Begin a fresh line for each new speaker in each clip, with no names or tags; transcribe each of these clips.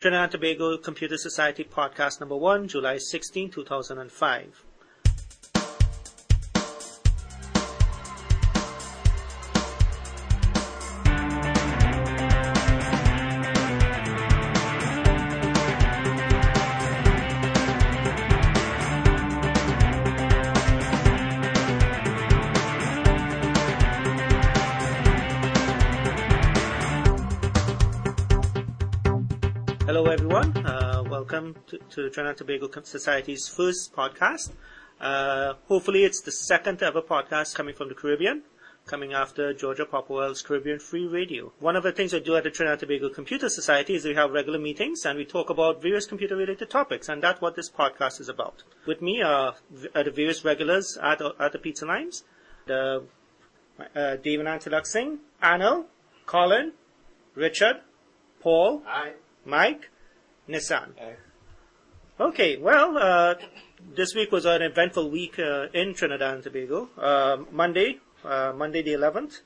Trinidad and Tobago Computer Society podcast number one, July 16, 2005. Hello, everyone. Uh, welcome to, to Trinidad and Tobago Com- Society's first podcast. Uh, hopefully, it's the second ever podcast coming from the Caribbean, coming after Georgia Popwell's Caribbean Free Radio. One of the things we do at the Trinidad and Tobago Computer Society is we have regular meetings and we talk about various computer-related topics, and that's what this podcast is about. With me are, v- are the various regulars at, at the pizza lines, the, uh, Dave and Antilak Singh, Anil, Colin, Richard, Paul,
Aye.
Mike, Nissan.
Aye.
Okay, well, uh, this week was an eventful week uh, in Trinidad and Tobago. Uh, Monday, uh, Monday the 11th,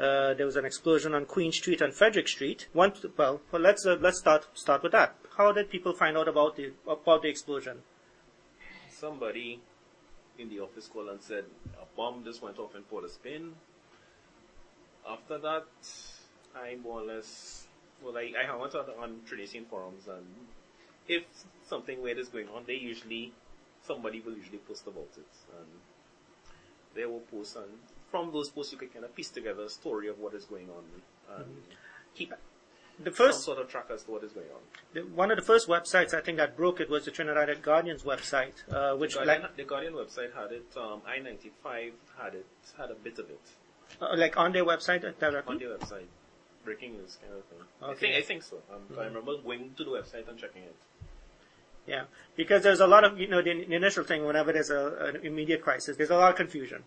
uh, there was an explosion on Queen Street and Frederick Street. One, well, well, let's uh, let's start start with that. How did people find out about the about the explosion?
Somebody in the office called and said a bomb just went off in Port of Spain. After that, I more or less, well, I, I went out on tradition forums and if something weird is going on, they usually, somebody will usually post about it. And they will post and from those posts you can kind of piece together a story of what is going on and keep
The
some
first
sort of track as to what is going on.
the, one of the first websites I think that broke it was the Trinidad Guardian's website, uh, which
The
like
Guardian, the Guardian website had it. Um, I ninety five had it. Had a bit of it
uh, like on their website
on
directly.
their website. Breaking news kind of thing. I
Okay. Hmm.
think I think so. Um, 'cause I remember going to the website and checking it.
Yeah, because there's a lot of you know the, the initial thing whenever there's a, an immediate crisis, there's a lot of confusion.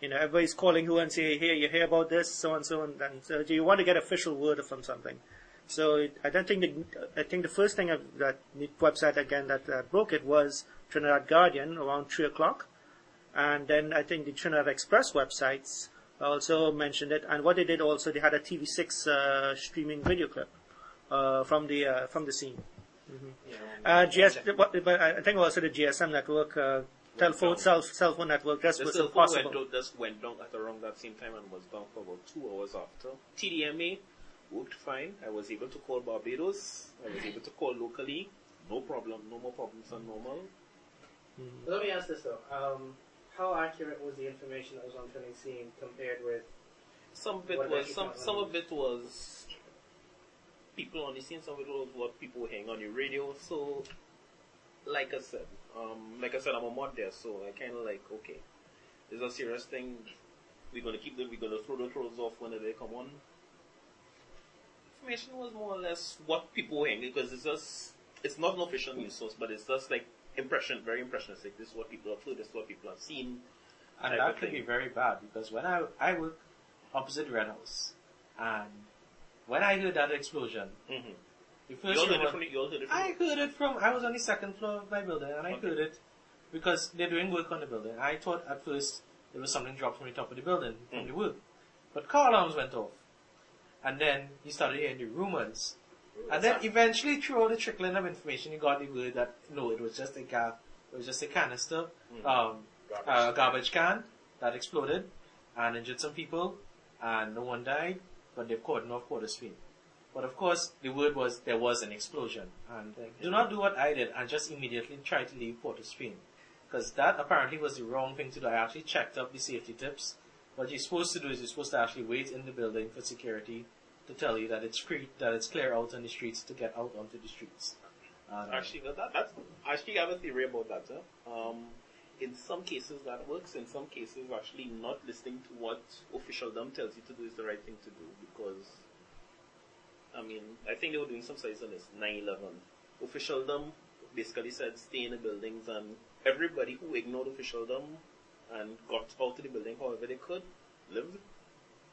You know, everybody's calling who and say, "Here, you hear about this, so and so," and then so do you want to get official word from something? So it, I don't think the I think the first thing of that website again that uh, broke it was Trinidad Guardian around three o'clock, and then I think the Trinidad Express websites also mentioned it. And what they did also, they had a TV6 uh, streaming video clip uh, from the uh, from the scene. Uh, GS, what, but I I think also the GSM network, uh, telephone,
down.
cell, cell phone network just
The
was
cell phone went
impossible.
down, just went down at around that same time and was down for about two hours after. TDMA worked fine. I was able to call Barbados. I was able to call locally. No problem. No more problems than normal.
Let me ask this though: um, How accurate was the information that was on Trending Scene compared with?
Some of it
What
was
actually
some
happened?
some of it was people on the scene, some of it was what people were hearing on the radio. So like I said, um like I said I'm a mod there, so I kinda like, okay, this is a serious thing. We're gonna keep them we're gonna throw the trolls off when they come on. Information was more or less what people were hearing because it's just it's not an official news source, but it's just like impression, very impressionistic. This is what people have heard, this is what people have seen.
And that could be very bad because when I, I work opposite Reynolds and when I heard that explosion,
Mm-hmm.
the first
You all
thing
heard it
was-
from you all heard it from
I heard it from, I was on the second floor of my building and I
Okay.
heard it because they're doing work on the building. I thought at first there was something dropped from the top of the building from
Mm.
the work. But car alarms went off. And then he started hearing the rumors. And then eventually through all the trickling of information, he got the word that no, it was just a gas, it was just a canister,
Mm.
um, uh, garbage can that exploded and injured some people, and no one died, but they've caught North Quarter Street. But of course, the word was there was an explosion, and do not do what I did and just immediately try to leave Port of Spain, because that apparently was the wrong thing to do. I actually checked up the safety tips. What you're supposed to do is you're supposed to actually wait in the building for security to tell you that it's cre- that it's clear out on the streets to get out onto the streets. And, uh,
Actually, that, that, that's actually I have a theory about that. Huh? Um, in some cases that works. In some cases, actually not listening to what officialdom tells you to do is the right thing to do because, I mean, I think they were doing some studies on this 9/11. Officialdom basically said stay in the buildings, and everybody who ignored officialdom and got out of the building however they could lived.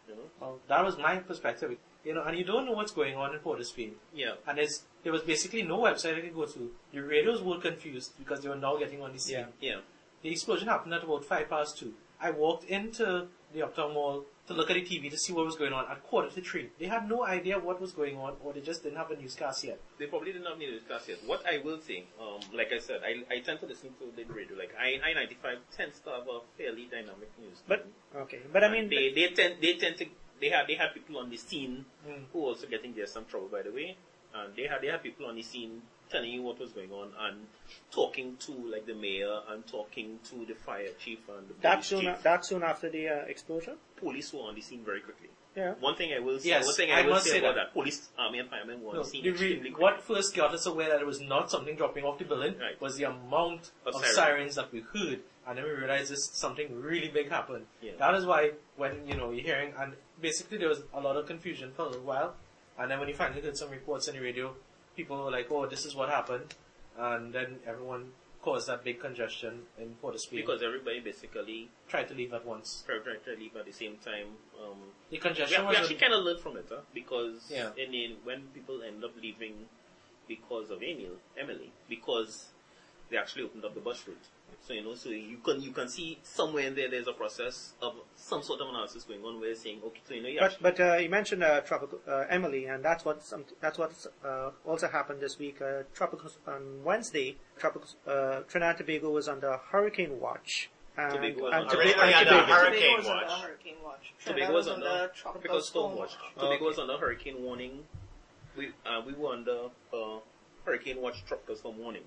You know.
well, that was my perspective. You know, and you don't know what's going on in Port of Spain.
Yeah.
And there's, there was basically no website I could go to. The radios were confused because they were now getting on the scene.
Yeah.
The explosion happened at about 5 past 2. I walked into the Uptown Mall to look at the TV to see what was going on at quarter to three. They had no idea what was going on, or they just didn't have a newscast yet.
They probably did not need a discuss yet. What I will say, um, like I said, I, I tend to listen to the radio. Like I I ninety five tends to have a fairly dynamic news.
But okay, but I mean,
they they tend they tend to they have they have people on the scene
Hmm.
Mm.
who also getting there's some trouble by the way, and they had they had people on the scene telling you what was going on and talking to like the mayor and talking to the fire chief and the
that
police
soon
chief.
that soon after the uh, explosion.
Police were on the scene very quickly.
Yeah.
One thing I will say,
Yes,
one thing
I
I, will
must
say
say
about
that.
that. police, army, and firemen were on
No,
the scene
the re-
extremely quickly.
what first got us aware that it was not something dropping off the building
Right.
was the amount
Of
of,
sirens.
sirens. that we heard, and then we realized this something really big happened.
Yeah.
That is why when you know you're hearing, and basically there was a lot of confusion for a little while, and then when you finally did some reports on the radio, people were like, "Oh, this is what happened," and then everyone caused that big congestion in Port of Spain.
Because everybody basically
tried to leave at once.
tried tried to leave at the same time. Um, we,
The congestion
we
was
actually kind of learned from it, huh? because
Yeah.
in the, when people end up leaving because of Emil, Emily, because they actually opened up the bus route. So you know, so you can you can see somewhere in there there's a process of some sort of analysis going on where they're saying, okay, so you know, yeah,
But but uh, you mentioned uh, tropical uh, Emily, and that's what some, that's what uh, also happened this week. Uh, tropical on Wednesday, tropical uh, Trinidad and Tobago was under hurricane watch. And,
Tobago was
and
under-
Tobago-
Already
and
under
Tobago-
Tobago
Hurricane
was under
watch.
Hurricane watch.
Tobago
Trinidad
was
was
under
under
tropical
tropical
storm watch. Tobago was under hurricane warning. We uh, we were under uh, hurricane watch tropical storm warning.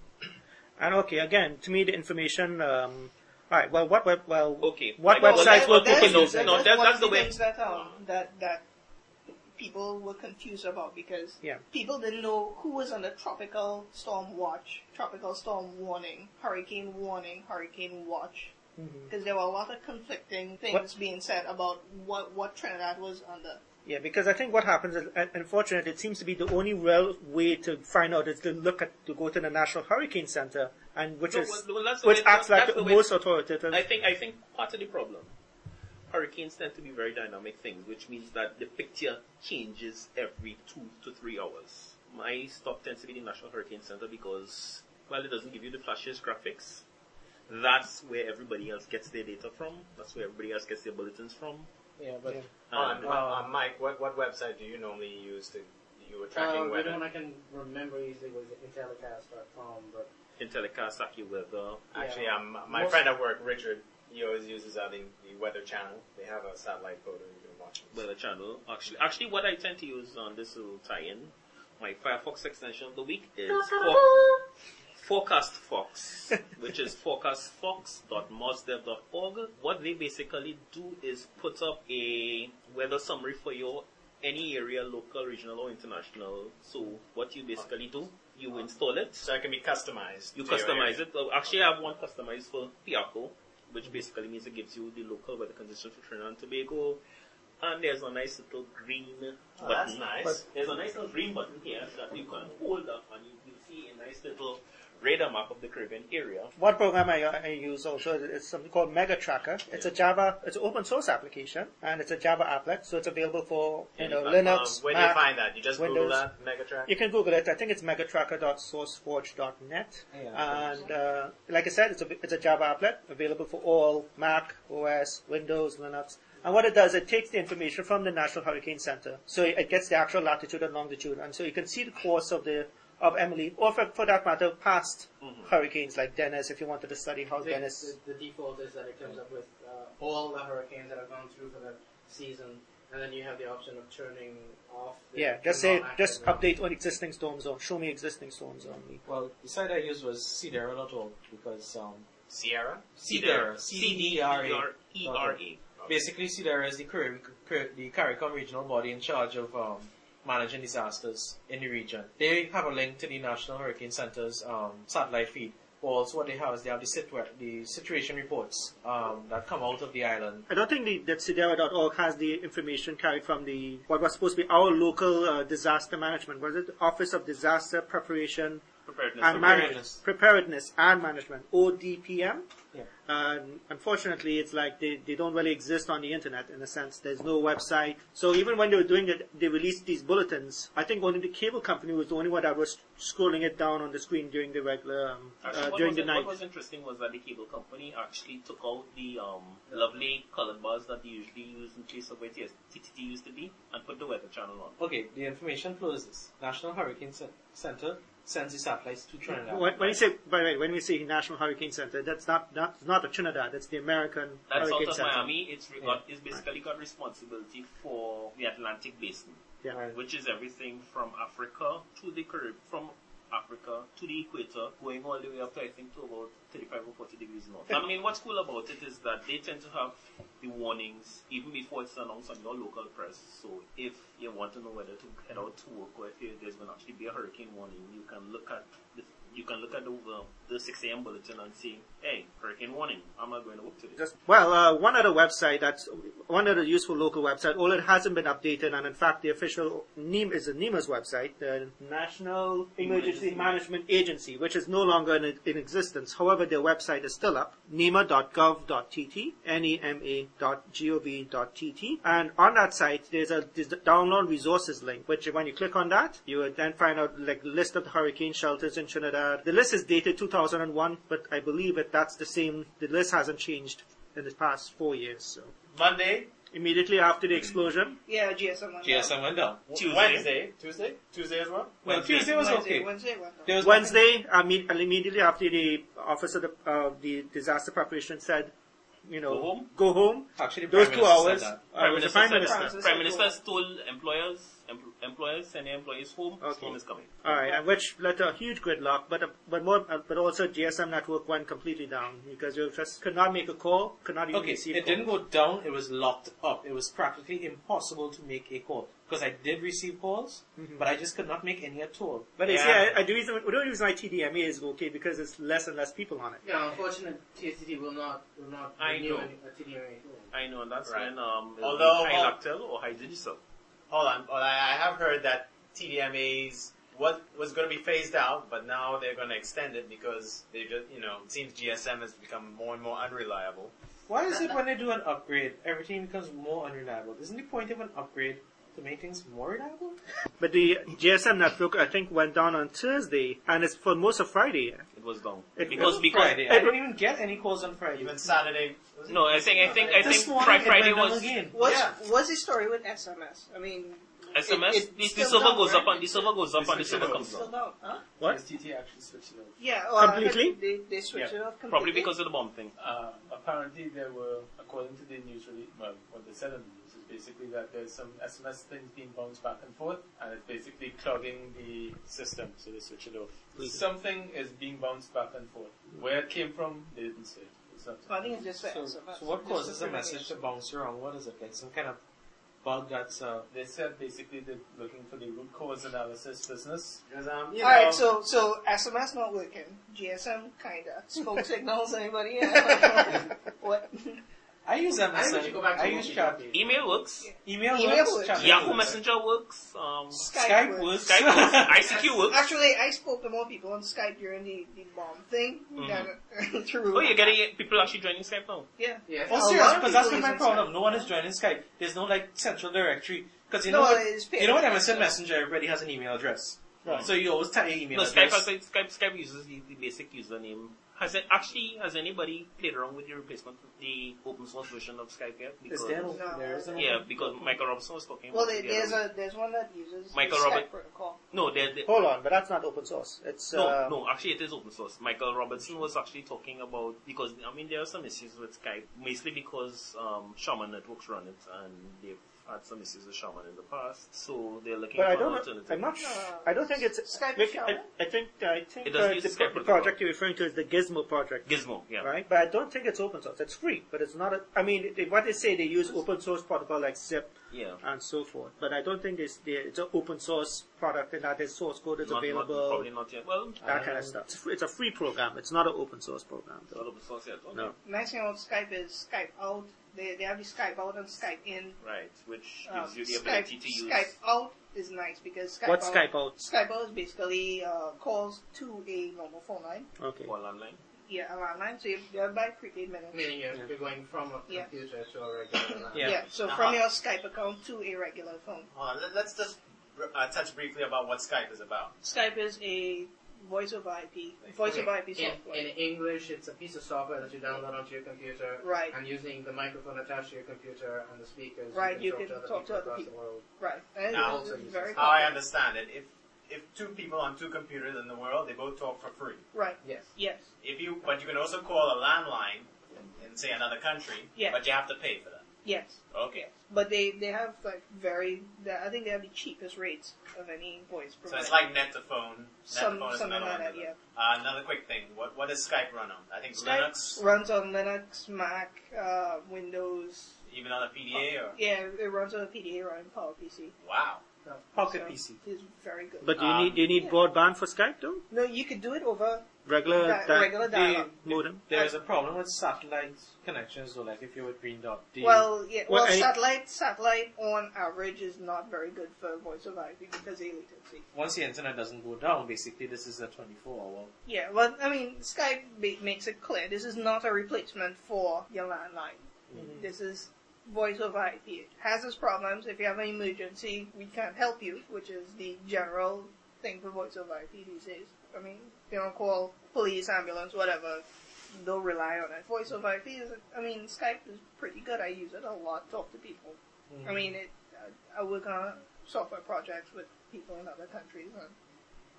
and okay, again, to me the information. Um, all right. Well, what web? Well,
Okay.
What
Like,
websites
well,
were
okay,
put in
no,
those?
no, that- that's the
one of
way.
things that, um, that, that people were confused about because
Yeah.
people didn't know who was under tropical storm watch, tropical storm warning, hurricane warning, hurricane watch. Because there were a lot of conflicting things
What-
being said about what, what Trinidad was under.
Yeah, because I think what happens is, un- unfortunately, it seems to be the only real way to find out is to look at to go to the National Hurricane Center, and which
No,
is
well, well, that's the
which
way-
acts like
that's
the
the way-
most authoritative.
I think I think part of the problem. Hurricanes tend to be very dynamic things, which means that the picture changes every two to three hours. My stop tends to be the National Hurricane Center because while it doesn't give you the flashiest graphics, that's where everybody else gets their data from. That's where everybody else gets their bulletins from.
yeah, but
Uh, On,
And
on, on Mike, what, what website do you normally use to you were tracking
Uh, the
weather?
one I can remember easily was Intellicast.com, but
Intellicast, AccuWeather,
Actually,
Yeah.
um, my
Most-
friend at work, Richard, he always uses uh, the, the Weather Channel. They have a satellite photo you can watch. it.
Weather Channel. Actually, actually, what I tend to use on this little tie-in, my Firefox extension of the week is for- Forecast Fox, which is forecastfox.mozdev.org. What they basically do is put up a weather summary for your any area, local, regional, or international. So what you basically do, you install it,
So it can be customized.
you
to your
customize
area.
it. Uh, Actually, I have one customized for Piaco, which basically means it gives you the local weather conditions for Trinidad and Tobago. And there's a nice little green
Oh,
button.
that's nice.
There's a nice little green button here that you can hold up and you will see a nice little radar map of the Caribbean area.
One program I, I use also is something called Mega Tracker. It's a Java, it's an open source application, and it's a Java applet, so it's available for you know
Um,
Linux,
where do you
Mac.
find that? You just Google
Windows.
that Megatrack.
You can Google it. I think it's megatracker.sourceforge.net.
Yeah.
and uh, like I said, it's a, it's a Java applet available for all Mac, OS, Windows, Linux. And what it does, it takes the information from the National Hurricane Center. So it gets the actual latitude and longitude. And so you can see the course of the of Emily, or for, for that matter, past hurricanes like Dennis, if you wanted to study how
the,
Oh, Dennis.
the, the default is that it comes up with uh, all the hurricanes that have gone through for the season, and then you have the option of turning off. The
Yeah, just
the
say,
non-active
just
one.
update on existing storm zone. Show me existing storm zone.
well, the site I used was cdera.org because um,
Sierra?
cdera, E
C-D-E-R-E-R-A. C-D-E-R-E-R-A.
Basically, CDR is the Carib- Car- the CARICOM regional body in charge of um, managing disasters in the region. They have a link to the National Hurricane Center's um, satellite feed. Also, what they have is they have the, situa- the situation reports um, that come out of the island.
I don't think the, that Sidera.org has the information carried from the what was supposed to be our local uh, disaster management. Was it the Office of Disaster Preparation
Preparedness.
and
Preparedness.
Management? Preparedness and Management, ODPM.
Yeah.
And unfortunately, it's like they, they don't really exist on the internet in a sense. There's no website. So even when they were doing it, they released these bulletins. I think only the cable company was the only one that was scrolling it down on the screen during the regular, um, uh,
Actually, what,
during
was,
the
in-
night.
what was interesting was that the cable company actually took out the um, lovely colored bars that they usually use in place of where TS TTT used to be and put the weather channel on.
Okay, the information flow is this. National Hurricane Cen- Center sends its satellites to Trinidad.
When, when you say, by the way, when we say National Hurricane Center, that's not not not the Trinidad. That's the American
That's out
Hurricane
of
Center.
Miami. It's, re- got, it's basically got responsibility for the Atlantic Basin,
Yeah.
Right.
which is everything from Africa to the Carib, from Africa to the equator, going all the way up to I think to about 35 or 40 degrees north. I mean, what's cool about it is that they tend to have the warnings even before it's announced on your local press. So if you want to know whether to head out to work or if you, there's going to actually be a hurricane warning, you can look at the, you can look at the, the 6 a.m. bulletin and see, hey, hurricane warning. I'm not going to work today.
Just- well, uh, one other website that's one other useful local website. All it hasn't been updated, and in fact, the official NEM is a NEMA's website, the National Emergency
Emergency
Management Agency, which is no longer in, in existence. However, their website is still up: E nema.gov.tt, nema.gov.tt, and on that site there's a there's the download resources link. Which, when you click on that, you will then find out like list of the hurricane shelters in Trinidad. The list is dated 2001, but I believe that that's the same. The list hasn't changed in the past four years. So
Monday,
immediately after the explosion,
Yeah, GSM went
GSM went down.
Tuesday.
Wednesday, Tuesday, Tuesday as well.
Well,
Wednesday.
Tuesday
down.
was
Wednesday,
okay.
Wednesday went down.
There was
Wednesday, I mean, immediately after the office of the, uh, the disaster preparation said, you know,
Go home?
go home.
nothing- Actually,
Those
Prime
two
Minister
hours,
said
uh,
that.
Prime
was the
Minister,
prime
said-
minister.
Minister.
Prime Minister told employers, em- employers send their employees home.
Okay.
Home is coming.
All right, and which led to a huge gridlock, but uh, but more, uh, but also GSM network went completely down because you just could not make a call, could not even
Okay,
receive
it
calls.
didn't go down. It was locked up. It was practically impossible to make a call because I did receive calls, but I just could not make any at all.
But it's,
Yeah.
yeah, I, I do reason, the only reason why TDMA is okay because there's less and less people on it.
Yeah, unfortunately, TSTT will not will not
I
renew
know.
any- uh, a TDMA.
I know, and that's
Right.
when um,
Although-
hydroctel or hydrogel.
Hold on, well, I I have heard that TDMA's what was going to be phased out, but now they're going to extend it because they just, you know, it seems GSM has become more and more unreliable.
Why is it when they do an upgrade, everything becomes more unreliable? Isn't the point of an upgrade to make things more reliable?
But the GSM network, I think, went down on Thursday, and it's for most of Friday.
It was down
It
because
was
because
Friday. I didn't even get any calls on Friday.
Even Saturday, was it?
no, I think I think I
this
think
morning
Fri-
it
Friday
went down
was
again.
What's,
Yeah.
what's the story with SMS? I mean,
SMS.
It- it's
the, the
still
silver
down,
goes up
right?
and the silver goes up and the
It's
silver
still
comes
still
down.
down, huh?
What?
STT actually switched it over.
Yeah, well, I heard
Completely?
They, they switched
Yeah.
it off completely.
Probably because of the bomb thing.
Uh, apparently, there were, according to the news release, well, what they said in the news is basically that there's some SMS things being bounced back and forth, and it's basically clogging the system, so they switch it off. Something is being bounced back and forth. Where it came from, they didn't say. It's not
I think it's just for
So,
SMS.
so what
Just
causes a
discrimination.
message to bounce around? What is it like? Some kind of bug that's uh,
They said basically they're looking for the root cause analysis business.
Because, um, you
All right,
know,
so so SMS not working, GSM kinda. Smoke signals, anybody? Yeah. what?
I use
I think we
MSN.
should go back to
I, use
Nokia.
chat.
Email works.
Email,
Email
works.
works.
chat
Yahoo
works.
Messenger works. Um,
Skype works.
Skype works. ICQ works.
Actually, I spoke to more people on Skype during the, the bomb thing than uh, through.
Mm-hmm. Oh, you're getting people actually joining Skype now.
Yeah.
Yes.
Oh,
A
serious?
lot of
Because that's
people
been my
using
problem.
Skype.
No one is joining Skype. There's no like central directory. Because you
No,
know what?
it's paid.
You know what? MSN Messenger, everybody has an email address.
Right.
So you always type your email
No, Skype,
address.
has, a- Skype, Skype uses the, the basic username. Has it actually has anybody played around with the replacement, the open source version of Skype yet?
Is there?
No.
there is an
Yeah, because Michael Robinson was talking.
Well,
about
there,
it the
there's
other
a there's one that uses
Michael
the Skype
Robert-
protocol.
week. no, there, there,
Hold on, but that's not open source. It's
no,
uh,
no. Actually, it is open source. Michael Robertson was actually talking about because I mean there are some issues with Skype, mostly because um, Shaman Networks run it and they've had some issues with Shaman in the past, so they're looking
But
for
I
an
don't. know-
alternative.
I'm not. Sure.
No.
I don't think it's.
Skype
Vic,
shall
I,
it?
I think. I think
It doesn't
uh,
use
the,
Skype
pro- the
protocol.
project you're referring to is the Gizmo project,
Gizmo, yeah.
right? But I don't think it's open source. It's free, but it's not. A, I mean, they, what they say they use open source protocol like Zip
Yeah.
and so forth, but I don't think it's the, it's an open source product and that there's source code is
Not- not-
available.
probably not yet. Well,
that kind of stuff. It's, free, it's a free program. It's not an open source program,
not
though.
open source yet. Okay.
No.
Nice thing about Skype is Skype out. They they have the Skype out and Skype in.
Right, which
Um,
gives you the
Skype,
ability to use.
Skype out is nice because Skype
What's
out,
Skype out?
Skype out is basically uh, calls to a normal phone line.
Okay.
While online.
yeah, a landline, so you go by prepaid minutes.
Meaning you're, you're going from a
Yeah.
computer to a regular line.
Yeah.
so
Uh-huh.
from your Skype account to a regular phone.
Hold on, let- let's just uh, touch briefly about what Skype is about.
Skype is a voice over IP, voice
Okay.
over IP
In,
software.
in English, it's a piece of software that you download onto your computer.
Right.
And using the microphone attached to your computer and the speakers,
Right,
you can
you can
talk to other people across
peop-
the world.
Right. And
Now,
it's
also uses
very
How I
popular.
understand it, if if two people on two computers in the world, they both talk for free.
Right.
Yes.
Yes.
If you, but you can also call a landline in, in say another country,
Yeah.
but you have to pay for that.
Yes.
Okay.
But they, they have like very the- I think they have the cheapest rates of any voice
So
provider.
it's like net to phone.
some
Net to phone is
something like
another one.
that,
isn't
yeah.
it? Uh, another quick thing. What what does Skype run on? I think
Skype
Linux,
runs on Linux, Mac, uh, Windows. Uh,
even on a PDA or
Yeah, it runs on a PDA or on PowerPC.
wow.
Pocket
So
PC.
It's very good.
But do you
Um,
need do you need
yeah.
broadband for Skype though?
no, you could do it over
Regular
Right,
di-
regular dialogue.
modem.
There is a problem with satellite connections though, like if you're with Green Dot. They-
Well, yeah.
Well,
Well,
I-
satellite satellite on average is not very good for voice over IP because of latency.
once the internet doesn't go down, basically this is a 24 hour.
Yeah, well, I mean, Skype ma- makes it clear this is not a replacement for your landline. This is voice over IP. It has its problems. If you have an emergency, we can't help you, which is the general thing for voice over IP these days. I mean, they don't call police, ambulance, whatever. They'll rely on it. Voice over IP is, I mean, Skype is pretty good. I use it a lot, talk to people. I mean, it, I, I work on software projects with people in other countries, and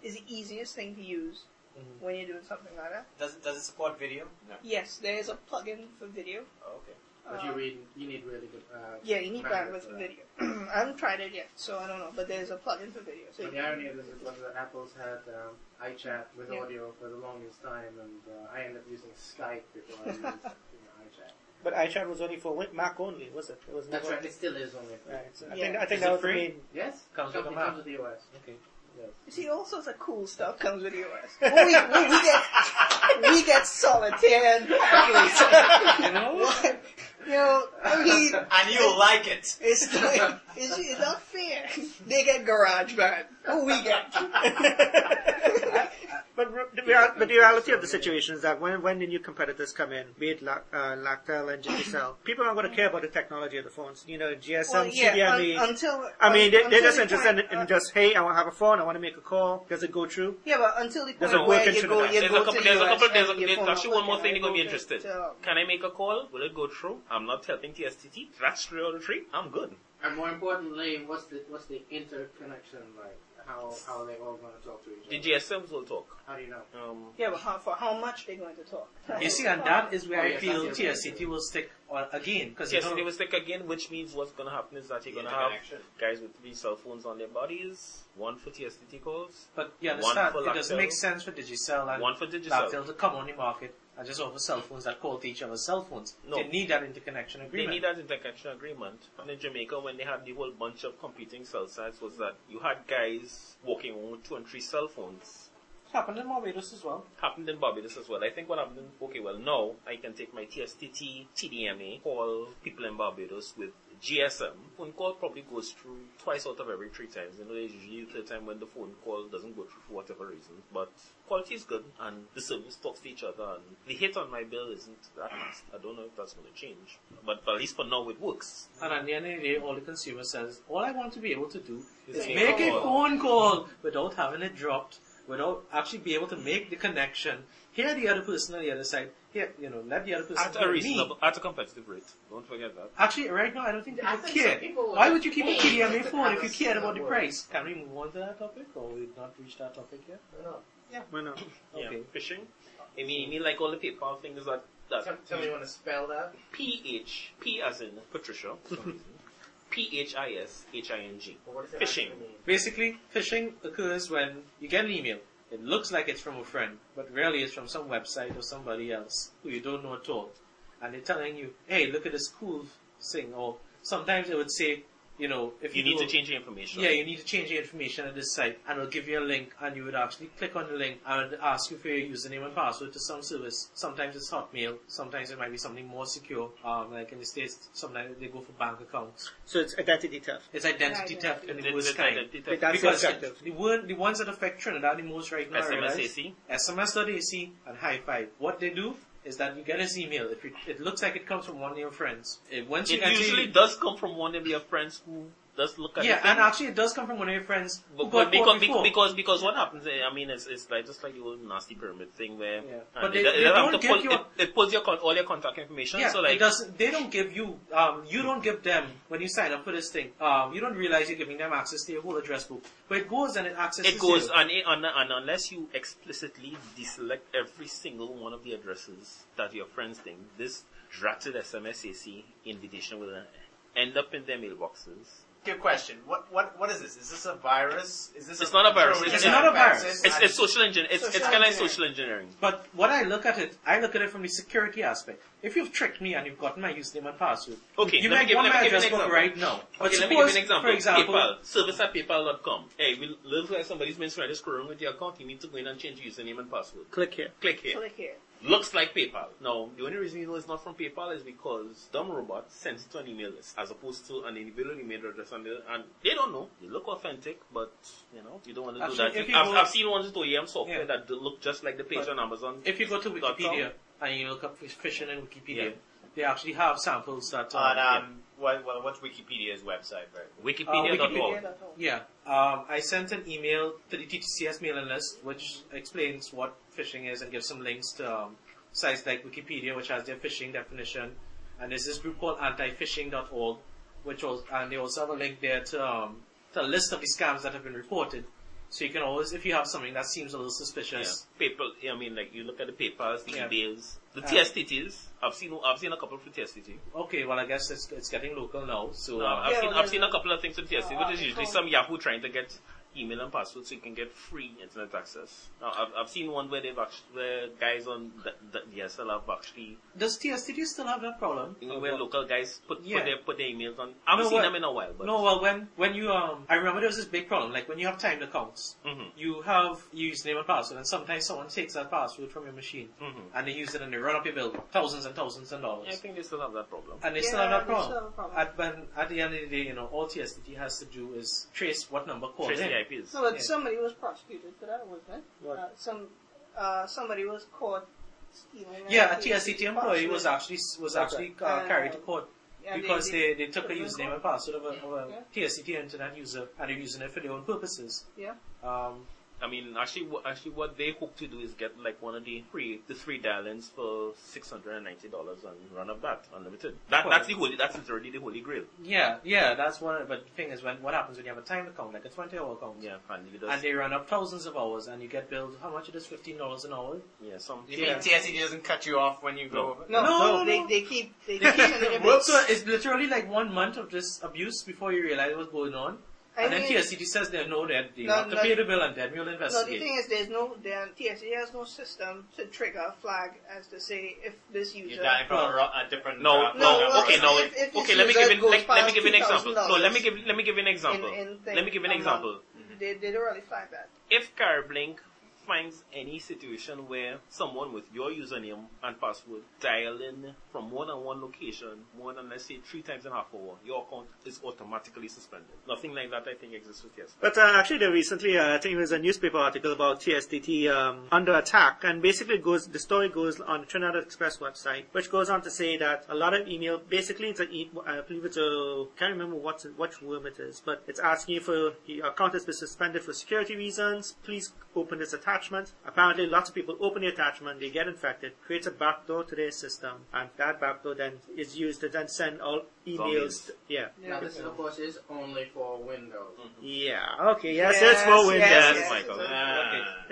it's the easiest thing to use
Mhm.
when you're doing something like that.
Does it does it support video? No.
Yes, there is a plugin for video. Uh,
okay.
But you, read, you need really good. Uh,
yeah, you need
bandwidth
bandwidth
for
for
that.
video. I haven't tried it yet, so I don't know. But there's a plugin for video. So
But the
you-
irony of this is that Apple's had um, iChat with
Yeah.
audio for the longest time, and uh, I ended up using Skype before I used you know, iChat.
But iChat was only for Win- Mac only, was it? It was
That's
never-
right. It still is only. Free.
Right, so I
Yeah.
think I think
Is
that
it
was the
free?
main.
Yes.
Comes
Company
with the
comes with
Mac.
the OS.
Okay.
Yes.
you see, all sorts of cool stuff comes with iOS. Well, we, we, we get we get solitaire and hackers.
You know?
you know, I mean,
And you'll like it.
it's like, it's, it's not fair. They get GarageBand. What we get?
But re- the, rea- but the reality of the situation is that when, when the new competitors come in, be it Lac- uh, Lactel and GTCell, people aren't going to care about the technology of the phones. You know, GSM,
Well, yeah,
CDMA.
un- until
E. I mean, they,
until
they're just
the
interested
point-
in, in
uh,
just, hey, I want to have a phone, I want to make a call. Does it go through?
Yeah, but until the
There's a
point where
work
you go,
internet.
you
There's a
go
couple-
to
there's a
US
couple- there's a-
and your
there's
phone
actually
will
one more
work
thing they're
and
gonna be
I go to-
interested.
to, um,
Can I make a call? Will it go through? I'm not helping TSTT. That's through the tree. I'm good.
And more importantly, what's the what's the interconnection like? How how are they all going to talk to each other?
The GSMs will talk.
How do you know?
Um,
Yeah, but how, for how much they're going to talk?
You see, and that is where
Oh,
I
yes,
feel
that's the other
TSCT will stick on again because you know,
TSTT will stick again, which means what's going to happen is that you're going to have
Interconnection.
guys with three cell phones on their bodies, one for TSTT calls,
but you
One
understand
for
it doesn't
Lactel.
make sense for Digicel and
one for
Lactel
digital.
to come on the market and just offer cell phones that call to each other's cell phones.
No.
They need that interconnection
They
agreement.
need that interconnection agreement. And in Jamaica, when they had the whole bunch of competing cell sites, was that you had guys walking on with two and three cell phones.
happened in Barbados as well.
happened in Barbados as well. I think what happened in, okay, well, now I can take my TSTT, TDMA, call people in Barbados with GSM. Phone call probably goes through twice out of every three times. You know, there's usually the third time when the phone call doesn't go through for whatever reason. But quality is good and the service talks to each other and the hit on my bill isn't that nasty. I don't know if that's going to change. But, but at least for now it works.
And at the end of the day, all the consumer says, all I want to be able to do is
Make
make
a
a phone call without having it dropped, without actually be able to make the connection, hear the other person on the other side, hear, you know, let the other person
At a
hear
reasonable,
me.
at a competitive rate. Don't forget that.
Actually, right now, I don't think
I
people
think
care.
some people would
Why would you keep a
pay to
TDMA phone
have
if you
us
cared
in
about
the
the
world.
price? Can we move on to that topic, or we've not reached that topic yet?
Why not?
Yeah.
Okay.
Phishing. I mean, I mean, like all the PayPal things that, that
Tell, tell me you want to spell that.
PH, P as in Patricia,
Mm-hmm.
P-H-I-S-H-I-N-G.
Or what does it
Phishing.
actually mean?
Basically, phishing occurs when you get an email. It looks like it's from a friend, but really it's from some website or somebody else who you don't know at all. And they're telling you, hey, look at this cool thing. Or sometimes it would say, you know, if
You need
go-
to change the information.
Yeah, you need to change your information at this site, and it'll give you a link, and you would actually click on the link, and it'll ask you for your username and password to some service. Sometimes it's Hotmail, sometimes it might be something more secure. Um, like in the States, sometimes they go for bank accounts.
So it's identity theft.
It's identity
Right,
theft
right.
in
Th-
the
th- th-
worst kind.
th-
But
th-
that's
Because
effective.
the, word, the ones that affect Trinidad the most right now, I
SMS
realize,
AC.
SMS.ac and High Five. What they do is that you get this email. If it, it looks like it comes from one of your friends, it, once you
It
get
usually does come from one of your friends who does look at
yeah,
it.
and actually it does come from one of your friends who
But, but
got caught
because,
before.
because, because what happens, eh, I mean, it's, it's like just like the old nasty pyramid thing where
Yeah.
and
But
it
they-
do- it doesn't
they
have
don't
to
get
pull-
your-
it, it pulls your con- all your contact information.
Yeah,
so
it
like
doesn't. They don't give you. Um, you don't give them when you sign up for this thing. Um, you don't realize you're giving them access to your whole address book, but it goes and it accesses.
it goes
you.
and, it- and, and unless you explicitly deselect every single one of the addresses that your friends think this drafted SMSAC invitation will end up in their mailboxes.
Your question. What what what is this? Is this a virus? Is this
It's not a virus.
control
It's
risk
not a virus.
access?
It's, it's social engineering. It's,
Social
it's kind of like
engineering.
social engineering.
But when I look at it, I look at it from the security aspect. If you've tricked me and you've gotten my username and password,
Okay, let
you
me
might
give-
want
let me
my
give you an
address book
example.
right now. But
okay, let me
suppose,
give you an example.
For example,
PayPal, service at paypal.com. Hey, we live where somebody's been trying to screw with your account. You need to go in and change your username and password.
Click here.
Click here.
Click here.
Looks like PayPal. Now, the only reason you know it's not from PayPal is because dumb robot sends it to an email list as opposed to an individual email address. And they, and they don't know. They look authentic, but, you know, you don't want to
Actually,
do
if
that.
you
I've,
go-
I've seen ones with OEM software
Yeah.
that do- look just like the page
But
on Amazon.
if you go to
Dot com.
Wikipedia and you look up phishing in Wikipedia,
Yeah. Ah,
they actually have samples that. uh,
On
are
um, what, what what's Wikipedia's website, right?
uh,
Wikipedia.org.
Wikipedia.org.
Yeah, um, I sent an email to the TTCS mailing list, which explains what phishing is and gives some links to um, sites like Wikipedia, which has their phishing definition, and there's this group called antiphishing.org, which was, and they also have a link there to, um, to a list of the scams that have been reported. So you can always, if you have something that seems a little suspicious,
Yeah. PayPal. I mean, like you look at the papers, the
Yeah.
emails, the
Uh,
TSTTs. I've seen. I've seen a couple of TSTTs.
okay, well I guess it's, it's getting local now, so
No,
um,
Uh, I've
Yeah,
seen.
well,
I've seen a couple of things with TSTTs,
uh,
which is usually
uh,
some Yahoo trying to get email and password so you can get free internet access. Now, I've, I've seen one where they've actually, where guys on the, the DSL have actually uh,
does TSTT still have that problem?
where local guys put,
Yeah.
put their put their emails on. I haven't
No,
seen
well-
them in a while, but
No, well, when when you um, I remember there was this big problem. Like when you have timed accounts,
Mhm.
you have your username and password, and sometimes someone takes that password from your machine
Mhm.
and they use it and they run up your bill, thousands and thousands of dollars,
I think they still have that problem.
and they still
Yeah,
have that
they
problem.
still have a problem.
At when at the end of the day, you know, all TSTT has to do is trace what number called
Trace
in.
the IPs.
So that
Yeah.
somebody was prosecuted for that, wasn't it?
What?
Uh, some uh, somebody was caught stealing.
Yeah, a
IP
TSTT employee was
password.
actually was
Okay.
actually uh, carried to court
And
because they, they took a
took the
username
call.
and password of a, of
Yeah.
a TSTT internet user and they're using it for their own purposes.
Yeah.
Um,
I mean, actually, wha- actually, what they hope to do is get like one of the three, the three dial-ins for six hundred and ninety dollars and run up that unlimited. That
Well-
that's the holy. That's literally the holy grail.
Yeah, yeah, that's one. But the thing is, when what happens when you have a timed account, like a twenty-hour account,
Yeah, and you
and
just
they run up thousands of hours, and you get billed how much it is, fifteen dollars an hour.
yeah some.
You mean TSCG doesn't cut you off when you go?
No,
No,
no,
no,
they,
no.
they keep they keep an image.
So it's literally like one month of this abuse before you realize what's going on,
I
and then
mean,
TSCD says they know that they
No,
have to
no.
pay the bill, and then we'll
No, the
investigate.
thing is, there's no then TSA has no system to trigger a flag as to say if this user.
You're dying from a, ro- a different. uh,
No,
route.
no,
well,
okay,
if-
no,
if- if
okay.
this
Let me give
user
an
goes
let, let me
past
give an example. No, let me
$2,000
give let me give an
in,
example.
in thing
Let me give an
a month.
example.
They, they don't really flag that.
if Carblink finds any situation where someone with your username and password dial in from more than one location, more than let's say three times in half hour, your account is automatically suspended. Nothing like that I think exists with yes.
But uh, actually, there recently, uh, I think it was a newspaper article about TSTT um, under attack, and basically it goes. The story goes on the Trinidad Express website, which goes on to say that a lot of email. Basically, it's a e- I believe it's a can't remember what what worm it is, but it's asking you for your account has been suspended for security reasons. Please open this attachment. Apparently, lots of people open the attachment, they get infected, creates a backdoor to their system, and that backdoor then is used to then send all emails.
Zombies.
yeah,
Now, this, of course, is only for Windows.
Mm. yeah. Okay, yes, it's for Windows.
yes,
yes,
Michael. uh,
yes.
Okay.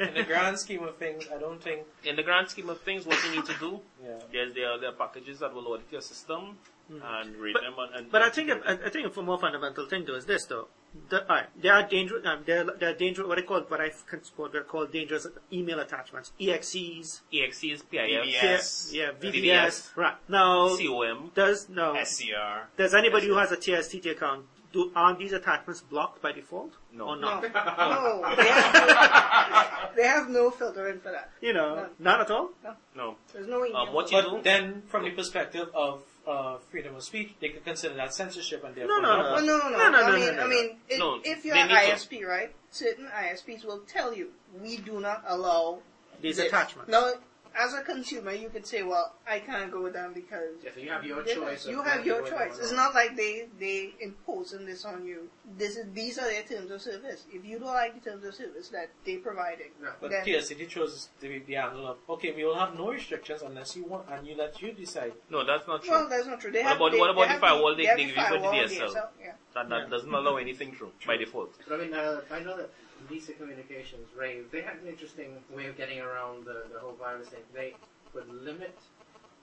Ah. In the grand scheme of things, I don't think.
In the grand scheme of things, what you need to do,
Yeah.
there's there are, there are packages that will audit your system and read
But-
them and, and
But I think I, I think a more fundamental thing though is this though. The, all right, there are dangerous. Um, there, there are dangerous. What I call what I can what are called dangerous email attachments. E EXEs.
EXEs,
VBS.
PIFs,
Yes.
Yeah. VBS.
VBS.
Right now,
COM,
does no.
SCR.
Does anybody who has a TSTT account do, aren't these attachments blocked by default
No.
or
No,
not?
no, they have, no they have no filtering for that.
You know,
No.
none at all.
No.
There's no email.
Um, what you
But
do?
then, from the perspective of uh, freedom of speech, they could consider that censorship and therefore
no,
not
no.
Well, no, no,
No,
no.
no,
I
no,
mean,
no, no,
I mean, if,
No,
if you're
they
an
need to-
ISP, right? Certain ISPs will tell you we do not allow
These
this.
attachments.
Now, as a consumer, you could say, "Well, I can't go down because
Yeah, so you have your
this-
choice. of
You
whether
have your
go
choice.
down or
It's not like they they imposing this on you. This is these are their terms of service. If you don't like the terms of service that they providing,
No.
But
then
TSCD chose the, the angle of okay, we will have no restrictions unless you want, and you let you decide.
No, that's not true.
well, that's not true. They
What
have
about-
they,
what about
they
the
have
firewall
the,
they-
they have
they
the
give you with
firewall
DSL?
DSL, Yeah.
that that doesn't allow anything true by default.
But I mean, uh, I know that Visa Communications, Ray, they had an interesting way of getting around the, the whole virus thing. They would limit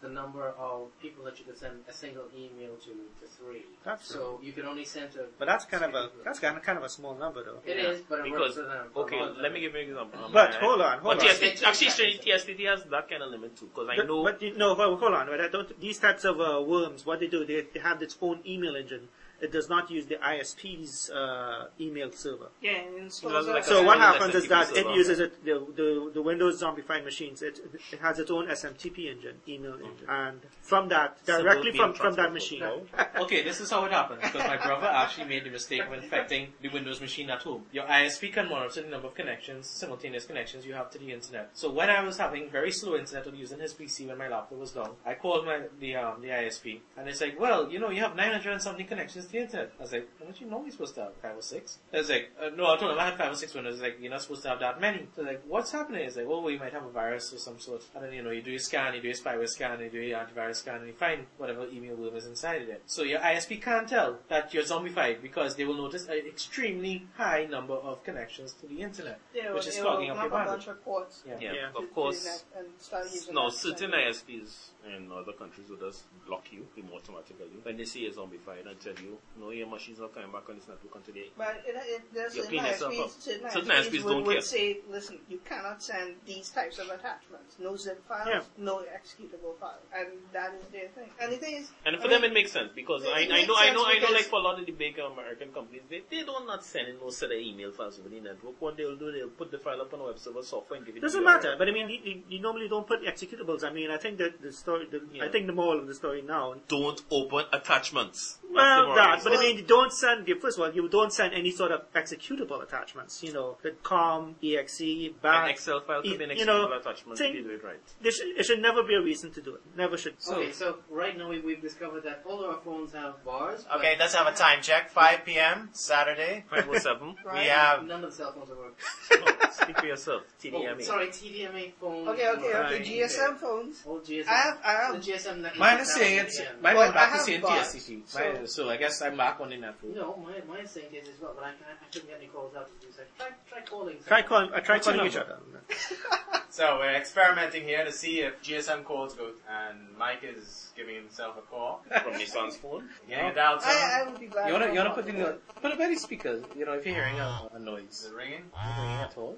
the number of people that you could send a single email to to three.
That's
so you could only send to.
But that's kind of a that's kind of kind of a small number though.
It
Yeah,
is, but it
because-
works for them.
Okay, let me give you an example. Um,
But
I-
hold on, hold
But
on.
TSD, actually, straight- TSD has that kind of limit too, because I
But-
know.
But you- no, hold hold on. But I don't, these types of uh, worms, what they do, they, they have its own email engine. It does not use the ISP's uh, email server.
Yeah, and so,
That's like a
So what
Yeah.
happens is
SMTP
that it
server.
uses it, the, the, the Windows zombified machines. It, it has its own SMTP engine, email engine, and from that,
Simple
directly
beam
from, from that
transport
machine.
protocol.
Okay, this is how it happens because my brother actually made the mistake of infecting the Windows machine at home. Your ISP can monitor the number of connections, simultaneous connections you have to the internet. So when I was having very slow internet on using his PC when my laptop was down, I called my the um, the ISP and it's like, well, you know, you have 900 and something connections to the internet. I was like, how much you normally supposed to have? Five or six? I was like, uh, no, I told him I had five or six Windows. He's like, you're not supposed to have that many. So like, what's happening? It's like, oh, well, you might have a virus or some sort. And then you know, you do your scan, you do your spyware scan, you do your antivirus scan, and you find whatever email worm is inside of it. So your ISP can't tell that you're zombified because they will notice an extremely high number of connections to the internet,
they will-
which is
they will
clogging up
map
your
a bunch
bandwidth.
of ports.
Yeah.
yeah,
Yeah.
of course.
And start using
No,
that.
certain ISPs in other countries will just block you automatically when they say you're zombified and tell you, no, your machine's not coming back on this network until they.
But it, it, there's
You
certain
clean yourself
ISPs,
up.
certain
Certain
ISPs,
ISPs
would,
don't
would
care.
say, listen, you cannot send these types of attachments. No zip files,
Yeah.
no executable files. And that is their thing. And the thing is,
And for
I
them,
mean-
it makes sense because
It-
I,
it
I
makes
know, I
sense
know, I know.
because-
Like for a lot of the big American companies, they, they don't not send in no set of email files over the network. What they'll do, they'll put the file up on a web server software and give it. to
Doesn't
you.
matter, but I mean, you- you, you normally don't put executables. I mean, I think that the story, the,
Yeah.
I think the moral of the story now.
Don't open attachments. That's the
Well,
moral.
that, but I mean, you don't send. you- First of all, you don't send any sort of executable attachments. You know, E the com, exe,
an
bat.
Excel file could be an
you know,
executable attachment if
think-
you do it right.
There should, it should never be a reason to do it. Never should.
okay, so right now we, we've discovered that all of our phones have bars. but
Okay, let's have a time check. 5 p.m. Saturday.
507.
Right.
We have
None of the cell phones are working.
oh, speak for yourself.
Oh,
TDMA.
sorry, TDMA phones.
Okay, okay,
work.
okay. GSM phones.
Old GSM.
I have, I
the
have,
GSM that
Mine is saying it's,
Yeah.
mine
Well,
went
I
back to
have
saying
bots,
TSCC.
so-
Mine- So I guess I'm back on the network.
No, my mine's saying it as well, but I can't, I couldn't get any calls out to do that. Try, try calling.
Try
someone.
calling. Uh, try
What's your
calling each
number?
other.
So we're experimenting here to see if GSM calls go, and Mike is giving himself a call.
From Nissan's phone.
Getting it out.
I, I would be glad.
You wanna,
to
you wanna put in
know.
the, put up any speakers, you know, if you're hearing a, a
Is
noise.
it ringing?
At all.